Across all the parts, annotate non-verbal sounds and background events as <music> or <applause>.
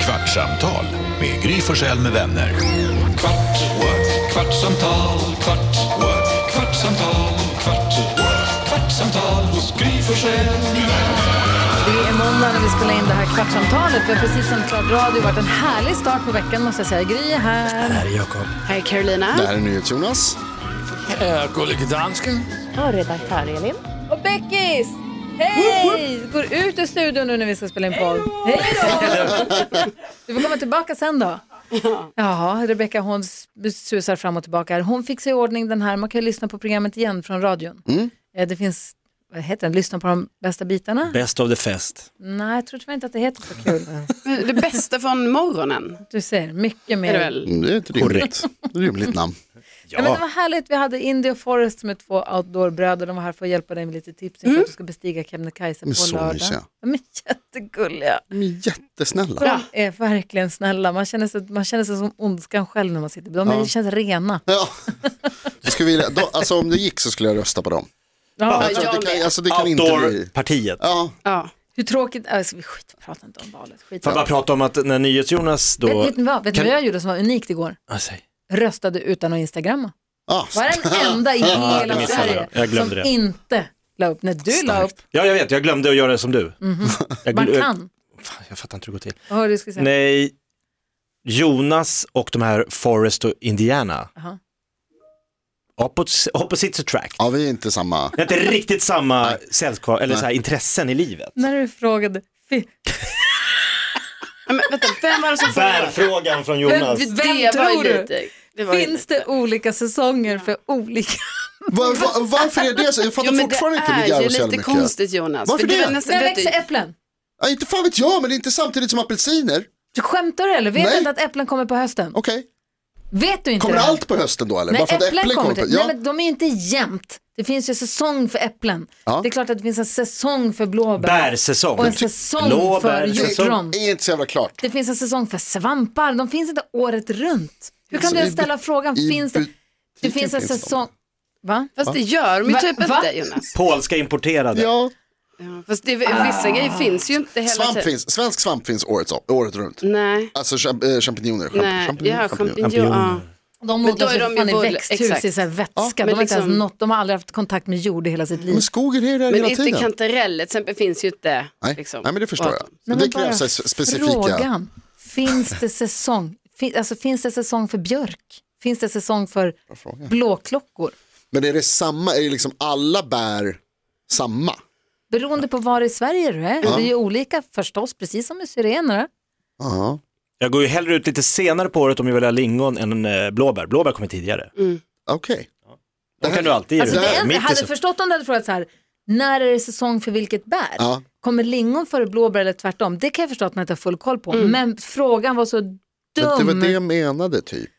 Kvartsamtal med Gry Forssell med vänner. Kvart, what? kvartsamtal, kvart, what? kvartsamtal, kvart, what? kvartsamtal hos Gry Forssell med vänner. Det är måndag när vi spelar in det här kvartsamtalet. Vi har precis sänt klart radio. Det har varit en härlig start på veckan måste jag säga. Gry är här. Här är Jakob. Här är Carolina. Det här är NyhetsJonas. Mm, Gullige dansken. Och redaktör Elin. Och Beckis! Hej! Går ut ur studion nu när vi ska spela in podd. Hej då! Du får komma tillbaka sen då. Jaha, Rebecka hon s- susar fram och tillbaka. här. Hon fick i ordning den här. Man kan ju lyssna på programmet igen från radion. Eh, Det finns, vad heter den? Lyssna på de bästa bitarna? Best of the fest. Nej, jag tror tyvärr inte att det heter så kul. Men Det bästa från morgonen Du ser, mycket är det mer. väl? Mm, Det är ett rimligt, det är ett rimligt namn. Ja. Men det var härligt, vi hade Indy och Forrest som är två outdoorbröder. De var här för att hjälpa dig med lite tips inför att du ska bestiga Kebnekaise Mm. Men på så lördag. mysiga. De är jättegulliga. De är jättesnälla. De är verkligen snälla. Man känner, sig, man känner sig som ondskan själv när man sitter. De är, känns rena. Ja. Då Ska vi, då, alltså om det gick så skulle jag rösta på dem. Ja. Jag tror att det jag kan, med. alltså det kan inte bli... Outdoor-partiet. Ja, Ja. Hur tråkigt, alltså, vi skit, prata inte om valet. Skit. Får jag bara prata om att när NyhetsJonas då... Vet, vet ni vad, vet ni Kan- vad jag gjorde som var unikt igår? Ah, säg. Röstade utan att instagramma. ja. <laughs> Varenda i Ja, det hela missade Sverige jag. Jag glömde som det. inte la upp. När du la upp, Ja, jag vet, jag glömde att göra det som du. Jag, man gl- jag, Mhm. kan. fan, jag fattar inte hur det går till. Vad var det du skulle säga? Nej, Jonas och de här Forrest och Indiana. Jaha. Oppos- Opposites attract. ja, vi är inte samma. Det är inte riktigt samma sällskap, eller så här, intressen i livet. När du frågade, fi- Men vänta, vem var det som frågade? Bärfrågan från Jonas. Vem Det var tror ju du? lite... Det var ju finns lite- det olika säsonger för <laughs> olika? Var, var, varför är det så? Jag Jo, fattar men fortfarande inte. det Det är ju garvar så lite jävla mycket. konstigt Jonas. Varför För du det? är nästan- När vet du- växer äpplen? Ja, inte fan vet jag, men det är inte samtidigt som apelsiner. Du skämtar du eller? Vet du Nej. inte att äpplen kommer på hösten? Okej, Vet du inte kommer det? allt på hösten då eller? Nej, Bara för att äpplen kommer på? till. Ja. Nej, men de är ju inte jämnt. Det finns ju säsong för äpplen. Ja. Det är klart att det finns en säsong för blåbär. Bärsäsong. Och en säsong Blåbär, för säsong. hjortron. Det är inte så jävla klart. Det finns en säsong för svampar. De finns inte året runt. Hur kan Alltså, du i ens bu- ställa frågan? i Finns det, butiken det finns en finns de. säsong. Va? Fast det gör de ju Va- typ va? inte Jonas. Polska importerade. Ja, Ja, Fast det, vissa Ah. grejer finns ju inte hela svamp tiden. finns, svensk svamp finns året, om- året runt. Nej, Alltså champ- eh, champinjoner. Champ- nej, ja, champinjoner. Ja. De Men då odlar är sig de för ju fan i bull- växthus exakt. i så här vätska. de, men har inte ens liksom- nått, de har aldrig haft kontakt med jord i hela sitt liv. Men skogen är ju där Men hela inte tiden. kantareller till exempel finns ju inte. Nej. liksom, Nej, men det förstår jag. året om. Nej, det men krävs bara s- specifika. Frågan, finns det säsong? Fin, alltså, finns det säsong för björk? Finns det säsong för blåklockor? Men är det samma, är det liksom alla bär samma? Beroende på var i Sverige du är. Det är ju olika förstås, precis som med syrener. Ja. Jag går ju hellre ut lite senare på året om jag vill ha lingon än eh, blåbär. Blåbär kommer tidigare. Mm. Okej. De kan du alltid ge Alltså, dig. det är, Mitt jag i hade så- förstått om du hade frågat så här, när är det säsong för vilket bär? Ja. Kommer lingon före blåbär eller tvärtom? Det kan jag förstå att man inte har full koll på. Men frågan var så dum. Men det var det jag menade typ.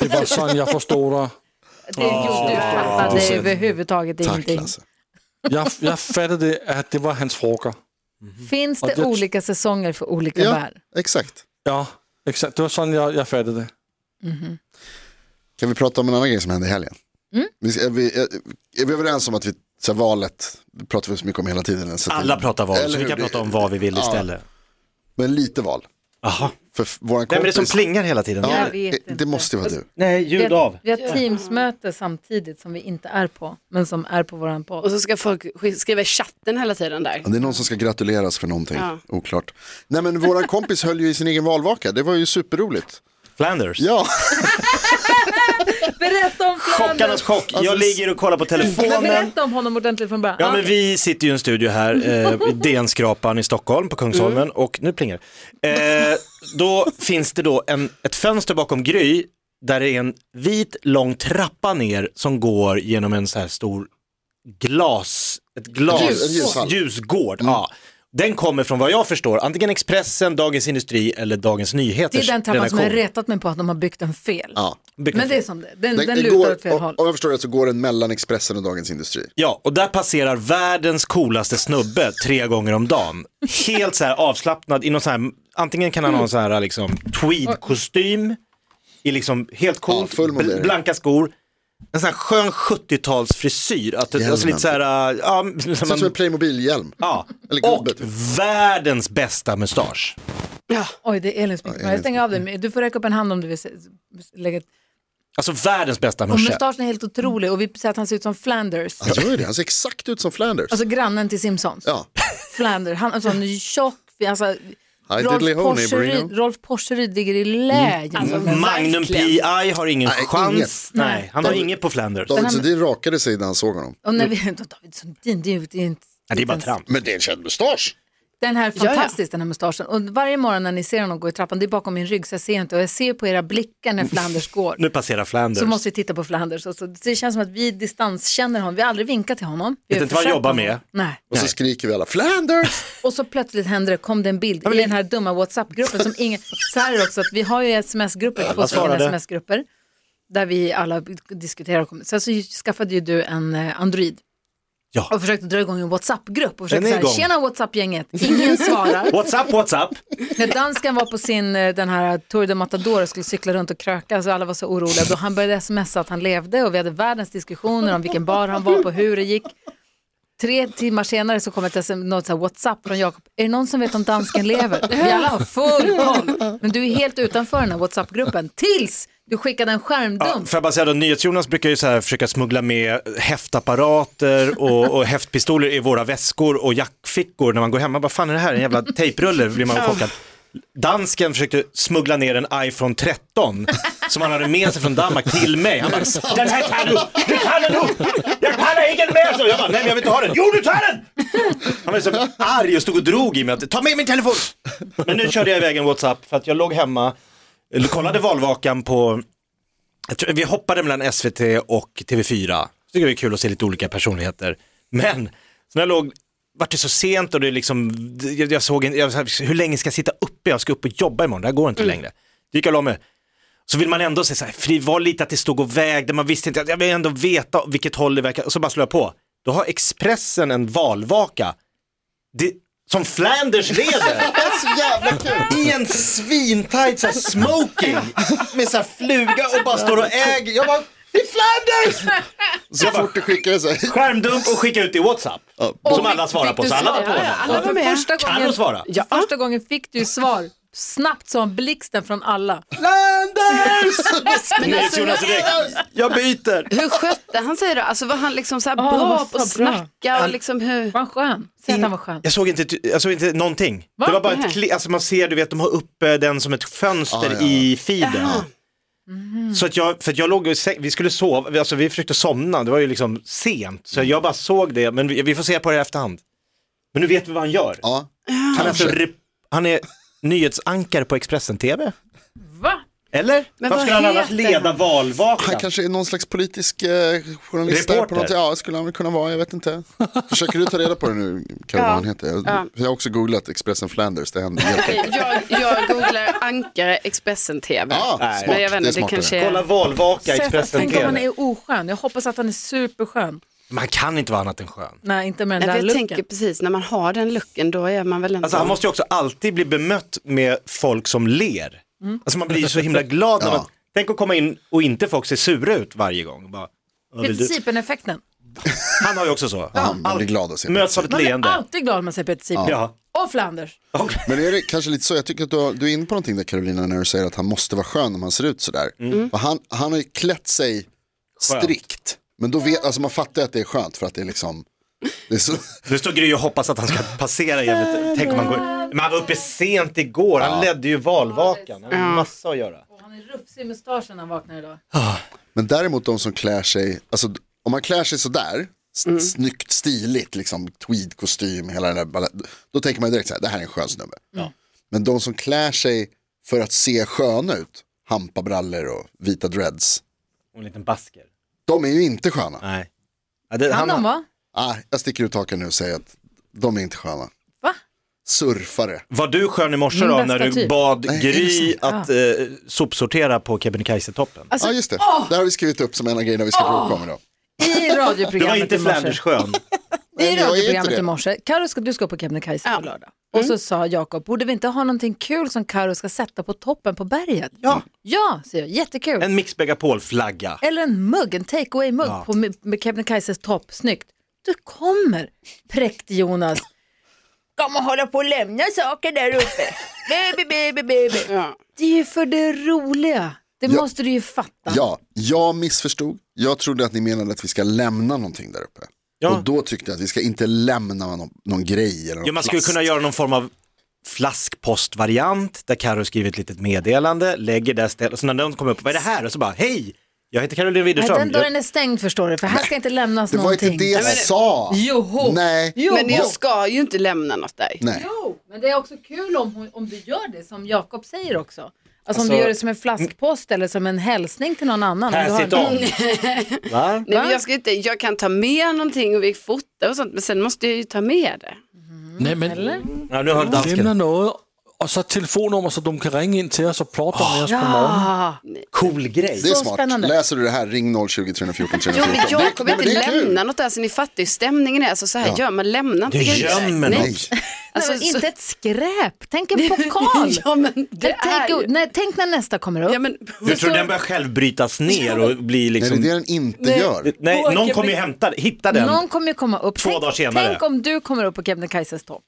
Det var sådan, jag förstod dig. Det gjorde du fattade överhuvudtaget Tack ingenting. Lasse. Jag, jag fattade att det var hans fråga. Finns det Och det- olika säsonger för olika Ja, bär? exakt. Ja, exakt. Det var sådan, jag, jag fattade det. Kan vi prata om en annan grej som hände i helgen? Mm. Vi, är, vi, är, är vi överens om att vi, så här, valet, det pratar vi så mycket om hela tiden. Så att Alla det, pratar val, Mm. Eller så vi hur? kan prata om vad vi vill Ja. istället. men lite val. Jaha. För f- våran Vem är det kompis. som plingar hela tiden? Jag ja, vet Eh, det, inte. det måste ju vara du. Nej, ljud Vi har, vi har Teamsmöte samtidigt som vi inte är på, men som är på våran Och podd. så ska folk sk- skriva i chatten hela tiden där. Ja, Det är någon som ska gratuleras för någonting, Ja. oklart. Nej men våran kompis höll ju i sin egen valvaka, det var ju superroligt. Flanders. Ja, Berätta om Chockarnas chock. Alltså, Jag ligger och kollar på Men telefonen. berätta om honom ordentligt från början. Ja men vi sitter ju i en <laughs> studio här, eh, i DN-skrapan i Stockholm på Kungsholmen Mm. och nu plingar det. eh, Då finns det då en, ett fönster bakom Gry där det är en vit lång trappa ner som går genom en så här stor glas, ett glas, Ljus- ljushall. ljusgård. Mm. Ja. Den kommer från vad jag förstår antingen Expressen, Dagens Industri eller Dagens det Nyheters är den trappan som redaktion. jag har retat mig på att de har byggt den fel. Ja. Byggt Men det är fel. som det är. den, den, Den- den lutar går- åt fel håll. Om jag förstår det så går den mellan Expressen och Dagens Industri. Ja, och där passerar världens coolaste snubbe tre gånger om dagen. Helt så här avslappnad i någon så här, antingen kan han ha en så här liksom tweedkostym, i liksom helt Ja, cool, full modell. blanka skor, en sån här skön 70-talsfrisyr, att det, alltså lite så här, äh, ja, som Ser ut som en man, Playmobil-hjälm. ja. Eller typ. och gubbet. världens bästa mustasch. Ja. Oj, det är Elins mikrofon. Jag stänger av den. Du får räcka upp en hand om du vill se- lägga ett... Alltså världens bästa Och muschel. mustaschen är helt otrolig och vi säger att han ser ut som Flanders. Han gör det, han ser exakt ut som Flanders. Alltså grannen till Simpsons. Ja, Flanders. Han är alltså en tjock... Alltså, diddly Rolf ho, Porseryd, neighborino. Rolf Porseryd ligger i lä. Mm. Alltså, Magnum verkligen. P.I. har ingen Nej, chans. inget. Nej, han har inget på Flanders. David Sundin rakade sig när han såg honom. och när vi, <laughs> David Sundin, det är ju det är inte... Nej, det är bara trams. Men det är en känd mustasch. Den här ja. fantastisk, den här mustaschen. Och varje morgon när ni ser honom gå i trappan, det är bakom min rygg så jag ser inte. Och jag ser på era blickar när Flanders <laughs> går. Nu passerar Flanders. Så måste vi titta på Flanders. Och så, det känns som att vi distanskänner honom. Vi har aldrig vinkat till honom. Vi Vet har inte vad han försökt jobbar honom. med. Nej. Och så skriker vi alla Flanders! Och så plötsligt händer det, kom det en bild i den här dumma WhatsApp-gruppen som <laughs> ingen... Så här är det också, att vi har ju sms-grupper, två stycken svarade. sms-grupper. Där vi alla diskuterar. och kommer- Sen så skaffade ju du en eh, Android. Ja. Och försökte dra igång en WhatsApp-grupp och försökte Den är säga igång. tjena WhatsApp-gänget, ingen <laughs> svarar. What's up, what's up? När dansken var på sin, eh, den här Tour de Matador och skulle cykla runt och kröka så alla var så oroliga. Då han började smsa att han levde och vi hade världens diskussioner om vilken bar han var på, hur det gick. Tre timmar senare så kom ett sms, något så här WhatsApp från Jakob. Är det någon som vet om dansken lever? Vi alla har full koll. Men du är helt utanför den här WhatsApp-gruppen tills du skickade en Ja, skärmdump. får jag bara säga då, NyhetsJonas brukar ju så här försöka smuggla med häftapparater och, och häftpistoler i våra väskor och jackfickor när man går hem. Man bara, fan är det här en jävla tejprulle? blir man chockad. Dansken försökte smuggla ner en iPhone 13 som han hade med sig från Danmark till mig. Han bara, den här tar du! Du tar den upp! Jag pallar ingen mer! Så jag bara, nej men jag vill inte ha den. Jo, du tar den! Han var så arg och stod och drog i mig. att, Ta med min telefon! Men nu körde jag iväg en WhatsApp för att jag låg hemma, eller kollade valvakan på jag tror, vi hoppade mellan SVT och TV4. Så tycker jag det är kul att se lite olika personligheter. Men, så när jag låg, vart det så sent och det liksom, jag, jag såg, en, jag, så här, hur länge ska jag sitta uppe? Jag ska upp och jobba imorgon, det här går inte längre. Det gick jag och la mig. Så vill man ändå säga så här, för det var lite att det stod och vägde, man visste inte, jag vill ändå veta vilket håll det verkar, och så bara slår jag på. Då har Expressen en valvaka, det, som Flanders leder. Det är så jävla kul! I en svintajt så här, smoking med så här, fluga och bara står och äger. Jag bara, det är Flanders! Så fort du skickar det så här. Skärmdump och skicka ut i WhatsApp. Som alla svarar på, fick du så alla var på svar? den. Alla var med. Första Kan gången, de svara? Ja. första gången fick du ju svar snabbt som blixten från alla. Men <laughs> alltså, Jonas direkt, jag byter. hur skötte han sig då? Alltså var han liksom så här han var så bra på Ah, bra. att snacka och liksom hur? Var han skön? Säg att han var skön. Jag såg inte, jag såg inte någonting. Det var bara ett klick, alltså man ser, du vet, de har uppe den som ett fönster Ah, ja. i feeden. Mm-hmm. Så att jag, för att jag låg och säng, vi skulle sova, vi- alltså vi försökte somna, det var ju liksom sent. Så jag bara såg det, men vi, vi får se på det i efterhand. Men nu vet vi vad han gör. Ja, Han är, alltså, rep- han är nyhetsankare på Expressen TV. Va? Eller? Men Varför vad skulle han annars heter leda han? han valvakan? kanske är någon slags politisk eh, journalist. Där på Reporter. något. Ja, skulle han väl kunna vara, jag vet inte. Försöker du ta reda på det nu, Karin, vad han heter? Jag, jag har också googlat Expressen Flanders, det händer helt enkelt. Jag, jag googlar ankare Expressen TV. Ja, Ah, smart. men jag vet det är inte, det smartare. kanske Kolla är... valvaka i Expressen Tänk om han TV. är oskön. Jag hoppas att han är superskön. Man kan inte vara annat än skön. Nej, inte med den Nej, för där jag looken. tänker precis, när man har den looken då är man väl ändå... Alltså han måste ju också alltid bli bemött med folk som ler. Alltså man blir ju så himla glad när man, tänk att komma in och inte folk ser sura ut varje gång. Bara, "Vad vill du?" Sipen-effekten. han har ju också så. Ja, man blir glad att se. Möts av ett Man blir leende. alltid glad när man säger Peter Sipen. Ja. Och Flanders. Men är det kanske lite så, jag tycker att du, har, du är inne på någonting där Carolina när du säger att han måste vara skön om han ser ut sådär. Mm. För Han, han har ju klätt sig strikt, men då vet, alltså man fattar ju att det är skönt för att det är liksom, det är så, Nu står Gry och hoppas att han ska passera jävligt. Tänk om han går Men han var uppe sent igår, han ledde ju valvakan. Han hade massa att göra. Och han är rufsig i mustaschen när han vaknar idag. men däremot de som klär sig, alltså om man klär sig sådär, mm. snyggt, stiligt, liksom tweedkostym, hela den där balla- då tänker man direkt så här, det här är en skön snubbe. Men de som klär sig för att se sköna ut, hampabrallor och vita dreads, Och en liten basker. de är ju inte sköna. Nej. Ja, det, Kan de va? Ah, jag sticker ut hakan nu och säger att de är inte sköna. Va? Surfare. Var du skön i morse Min då bästa när du typ. bad Nej, är Gry det att eh, sopsortera på Kebnekaise-toppen? Ja, ah, just det. Det har vi skrivit upp som en av grejerna vi ska bråka om idag. <laughs> I Du var radioprogrammet inte i morse. Flanders skön. I Nej, men jag är radioprogrammet inte det. i morse. Karo, ska, du ska på Kebnekaise på lördag. Mm. Och så sa Jakob, borde vi inte ha någonting kul som Karo ska sätta på toppen på berget? Ja. Ja, säger jag. Jättekul. En Mix Megapol-flagga. Eller en mugg, en take away-mugg på med- med Kebnekaises topp. Snyggt. Du kommer, präkt Jonas. Ska man hålla på och lämna saker där uppe? Baby, baby, baby. Ja. Det är ju för det roliga. Det Ja. måste du ju fatta. Ja, jag missförstod. Jag trodde att ni menade att vi ska lämna någonting där uppe. Ja. Och då tyckte jag att vi ska inte lämna någon, någon grej eller någon Ja, man skulle plast. kunna göra någon form av flaskpostvariant där Karo skriver ett litet meddelande, lägger det stället och så när någon kommer upp, vad är det här? Och så bara, hej, jag heter Caroline Nej, Widerström. den dörren är stängd förstår du, för här ska inte lämnas Det var någonting. inte det jag sa. Joho. Nej. Jo. Men jag ska ju inte lämna något där. Nej. Jo, men det är också kul om, hon- om du gör det som Jakob säger också. Alltså, om Alltså- du gör det som en flaskpost eller som en hälsning till någon annan. Om du har Här, en- sitt om. Va? Nej, men jag, ska inte, jag kan ta med någonting och vi fotar och sånt, men sen måste jag ju ta med det. Nej, men Ja, nu Mm. har lämna dansken. noget, og så telefonnummer, så de kan ringe ind til os og plotte med os på morgenen. Ah, Cool grej. Det Så är smart. spännande. Läser du det här, ring 020 314 Jo, 314. men Det- jag kommer nej, men inte det är kul. lämna något där, så ni fattar ju stämningen är. Alltså så här gör man, lämnar inte Du grejer. gömmer något. Nej. Alltså, nej, men så- inte ett skräp, tänk <laughs> en pokal. <laughs> ja, men det Eller är tänk, ju... nej, tänk när nästa kommer upp. Ja, men... Du tror den börjar själv brytas ner och bli Nej, det är liksom... det den inte gör. Nej, någon kommer ju hämta den, hitta den. Någon kommer ju komma upp. Två tänk, dagar senare. tänk om du kommer upp på Kebnekaises topp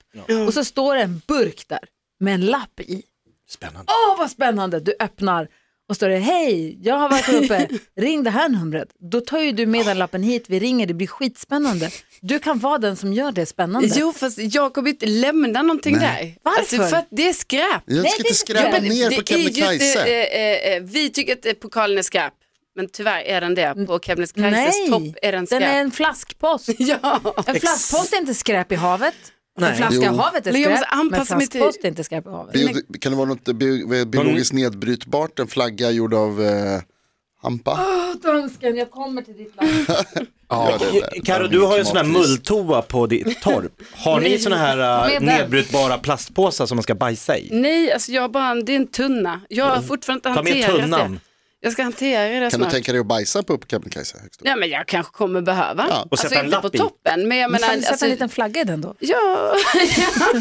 och så står det en burk där med en lapp i. Spännande. Åh vad spännande, du öppnar och står det hej, jag har varit uppe, ring det här numret. Då tar ju du med den lappen hit, vi ringer, det blir skitspännande. Du kan vara den som gör det spännande. Jo, fast jag kommer inte lämna någonting där. Varför? Alltså, för att det är skräp. Jag ska det är inte skräpa kul. ner på det är ju inte, Kebnekaise. eh, eh, eh, vi tycker att eh, pokalen är skräp, men tyvärr är den det. Mm. På Kebnekaises topp är den skräp. är en flaskpost. <laughs> Ja. En flaskpost är inte skräp i havet. En flaska i Jo. havet är Men jag skräp, måste men anpassa mig till- flaskpost är inte skräp i havet. Bio, kan det vara något bio, biologiskt nedbrytbart? En flagga gjord av eh, Ah, hampa? Dansken, jag kommer till ditt land. Ja, det är det. Karo, du har ju en sån här mulltoa <laughs> på ditt torp. Har ni såna här eh, Med den. Mm. nedbrytbara plastpåsar som man ska bajsa i? Nej, alltså jag har bara, en- det är en tunna. Jag har fortfarande inte Ta med hanterat det. tunnan. Jag ska hantera det Mm. Kan du snart. tänka dig att bajsa på Kebnekaise? högst upp? Nej, men jag kanske kommer behöva. Ja. Och sätta alltså en inte lapp på i. toppen, men jag menar... Kan du sätta alltså, en liten flagga i den då? Ja. <laughs>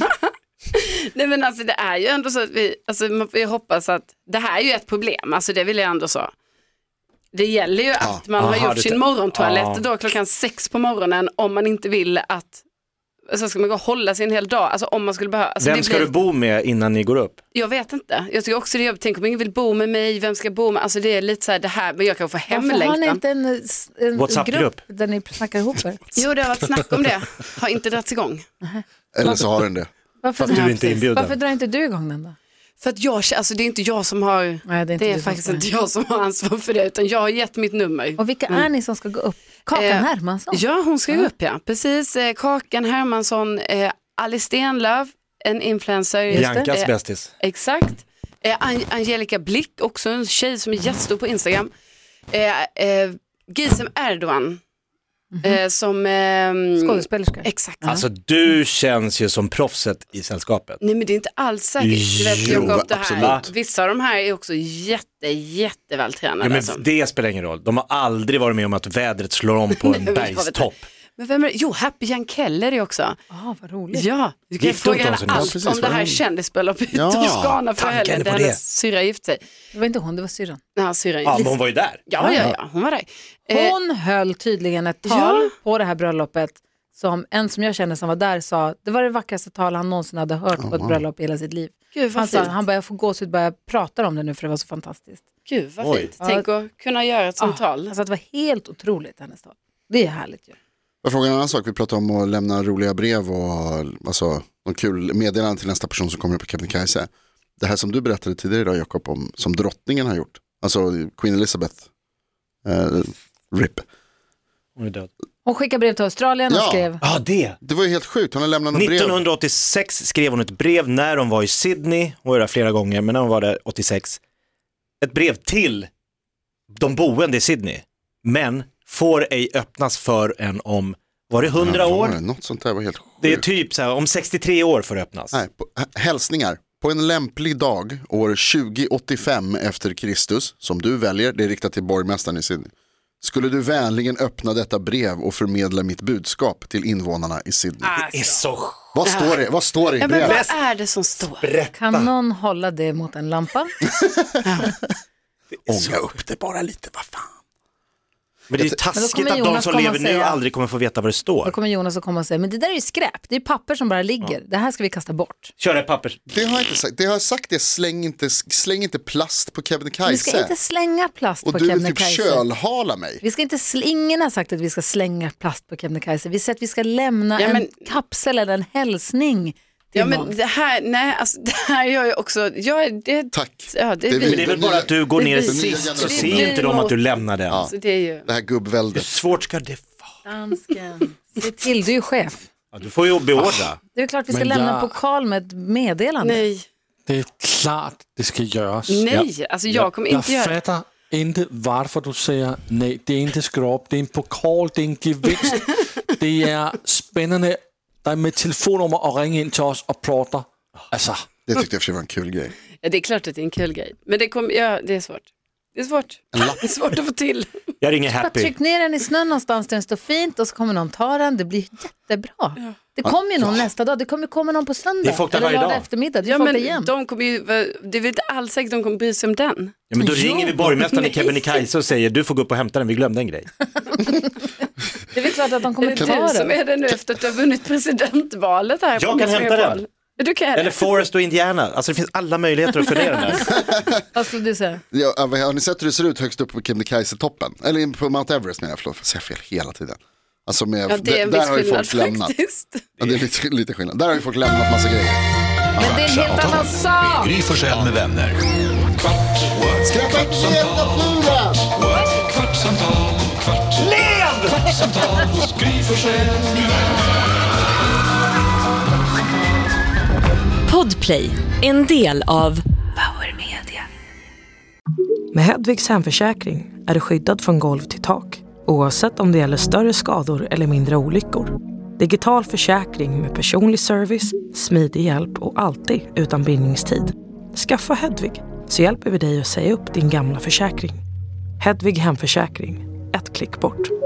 Nej men alltså det är ju ändå så att vi, alltså man får ju hoppas att, det här är ju ett problem, alltså det vill jag ändå så. Det gäller ju att man aha, har gjort du sin tän- morgontoalett Ja. då klockan sex på morgonen om man inte vill att, så ska man gå och hålla sig en hel dag, alltså om man skulle behöva. Alltså Vem ska du bo med innan ni går upp? Jag vet inte, jag tycker också det är jobbigt, tänk om ingen vill bo med mig, vem ska bo med, alltså det är lite så här det här, men jag kan få Varför har ni hemlängtan. inte en, eh, en WhatsApp-grupp? grupp där ni snackar <laughs> ihop er? Jo det har varit snack om det, har inte dragits igång. Eller så har den det. Varför, För att du är inte inbjuden. Varför drar inte du igång den då? För att jag, alltså det är inte jag som har Nej, det är inte Det du är som faktiskt ska inte med. jag som har ansvar för det, utan jag har gett mitt nummer. Och vilka är ni som ska gå upp? Kakan Mm. Eh, Hermansson? Ja, hon ska ju upp ja. Precis, eh, Kakan Hermansson, eh, Alice Stenlöf, en influencer. Biancas Eh, bästis. Exakt. Eh, An- Angelica Blick, också en tjej som är jättestor på Instagram. Eh, eh, Gizem Erdogan, Mhm. eh, som... ehm, Skådespelerska? Exakt. Alltså du känns ju som proffset i sällskapet. Nej men det är inte alls säkert. Du vet, Jo, Jakob, det här. absolut. Vissa av de här är också jätte, jättevältränade. Ja, men alltså. det spelar ingen roll, de har aldrig varit med om att vädret slår <laughs> om på en Nej, men jag vet bergstopp. Men vem är det? Jo, Happy Jankeller är också. Ah, vad roligt. Ja, du kan Gifte fråga hon henne sig nu? Ja, allt precis, om det vad här hon- kändisbröllopet i Ja, Toscana förra tanken helgen på där det. hennes syrra gifte sig. Det var inte hon, det var syrran. Ja, syrran Ja, ja, men hon var ju där. ja, ja, ja, hon var där. Eh, Hon höll tydligen ett tal Ja. på det här bröllopet som en som jag känner som var där sa, det var det vackraste tal han någonsin hade hört Oh, på ett bröllop i hela sitt liv. gud vad Han sa, fint. Alltså, han bara, jag får gåshud bara jag pratar om det nu för det var så fantastiskt. gud, vad Oj. fint. Tänk att kunna göra ett sånt tal. Alltså det var helt otroligt hennes tal. Det är härligt ju. Jag frågar en annan sak, vi pratade om att lämna roliga brev och alltså, någon kul meddelande till nästa person som kommer upp på Kebnekaise. Det här som du berättade tidigare idag Jakob, om, som drottningen har gjort, alltså Queen Elizabeth, eh, RIP. Hon är död. Hon skickade brev till Australien och Ja. skrev, Ja, det. Det var ju helt sjukt, hon har lämnat något brev. 1986 skrev hon ett brev när hon var i Sydney, hon var där flera gånger, men när hon var där 86, ett brev till de boende i Sydney, men får ej öppnas för en om, var det 100 Ja, år? det var Något sånt där var helt sjukt. Det är typ så här, om 63 år får det öppnas. Nej, på, h- hälsningar. På en lämplig dag år 2085 efter Kristus, som du väljer, det är riktat till borgmästaren i Sydney, skulle du vänligen öppna detta brev och förmedla mitt budskap till invånarna i Sydney. Det är så sjukt. Vad står det? Vad står det i Ja, men brevet? vad är det som står? kan någon hålla det mot en lampa? Ånga upp det bara lite, vad fan. Men det är Jag- taskigt kommer att de Jonas som komma lever och nu säga- aldrig kommer få veta vad det Då står. kommer Jonas att komma och säga, men det där är ju skräp, det är papper som bara ligger, det här ska vi kasta bort. Kör det här papper. Det har jag inte sagt. Det har jag sagt det, släng inte, släng inte plast på Vi ska Kebnekaise. inte slänga plast Och på du vill typ Kebnekaise. kölhala mig. Vi ska inte, sl- ingen har sagt att vi ska slänga plast på Kebnekaise. Vi säger att vi ska lämna Ja, men- en kapsel eller en hälsning till Ja någon. men det här, nej alltså det här gör jag också, jag, är- det, Tack. ja, det, är Det är vi. Men det är väl Den bara nya- att du går den ner nya sist så generationen. ser inte de att du lämnar den. Alltså, det är ju, Det här Hur gubbväldet. svårt ska det vara? Dansken, se till, du är ju chef. Ja, du får ju beordra. Det är klart vi ska Men lämna jag- pokal med ett meddelande. nej, Det är klart det ska göras. nej, alltså jag kommer Jag inte göra det. fattar inte varför du säger nej. Det är inte skrap, det är en pokal, det är en <laughs> gevinst. det är spännande. Det är med telefonnummer och ringa in till oss och prata. Alltså, Det tyckte jag i och för sig var en kul grej. Ja, det är klart att det är en kul grej, men det, kommer, ja, det är svårt. Det är svårt. <laughs> Det är svårt att få till. Jag ringer Bara Happy. tryck ner den i snön någonstans där den står fint och så kommer någon ta den. Det blir jättebra. Det kommer ju någon nästa dag. Det kommer komma någon på söndag. Det är folk där eller varje lördag dag. eftermiddag. Det är Ja, folk där men jämt. de kommer ju, det är väl inte alls säkert de kommer bry sig om den. Ja, men då ringer <laughs> vi borgmästaren i Kebnekaise och säger du får gå upp och hämta den, vi glömde en grej. Det är väl klart att de Är kommer det ta du som den. är det nu efter att du har vunnit presidentvalet här? Jag på kan hämta Megapol? den. Ja, Du kan Eller det. Forrest och Indiana, alltså det finns alla möjligheter att fundera där. Vad skulle Alltså, du säga? Ja, vad- har ni sett hur det ser ut högst upp på Kebnekaise-toppen? Eller på Mount Everest menar jag, förlåt, jag säger fel hela tiden. Alltså med, Ja, det är en där viss har ju folk skillnad lämnat. faktiskt. Ja, det är lite, lite skillnad. Där har ju folk lämnat massa grejer. Men det är en helt annan sak. Gry Forssell med vänner. Kvart, what? Skratta inte jävla what? Kvartsamtal, kvart, lev! Kvartsamtal hos Gry Forssell med vänner. Podplay, en del av Power Media. Med Hedvigs hemförsäkring är du skyddad från golv till tak oavsett om det gäller större skador eller mindre olyckor. Digital försäkring med personlig service, smidig hjälp och alltid utan bindningstid. Skaffa Hedvig så hjälper vi dig att säga upp din gamla försäkring. Hedvig hemförsäkring, ett klick bort.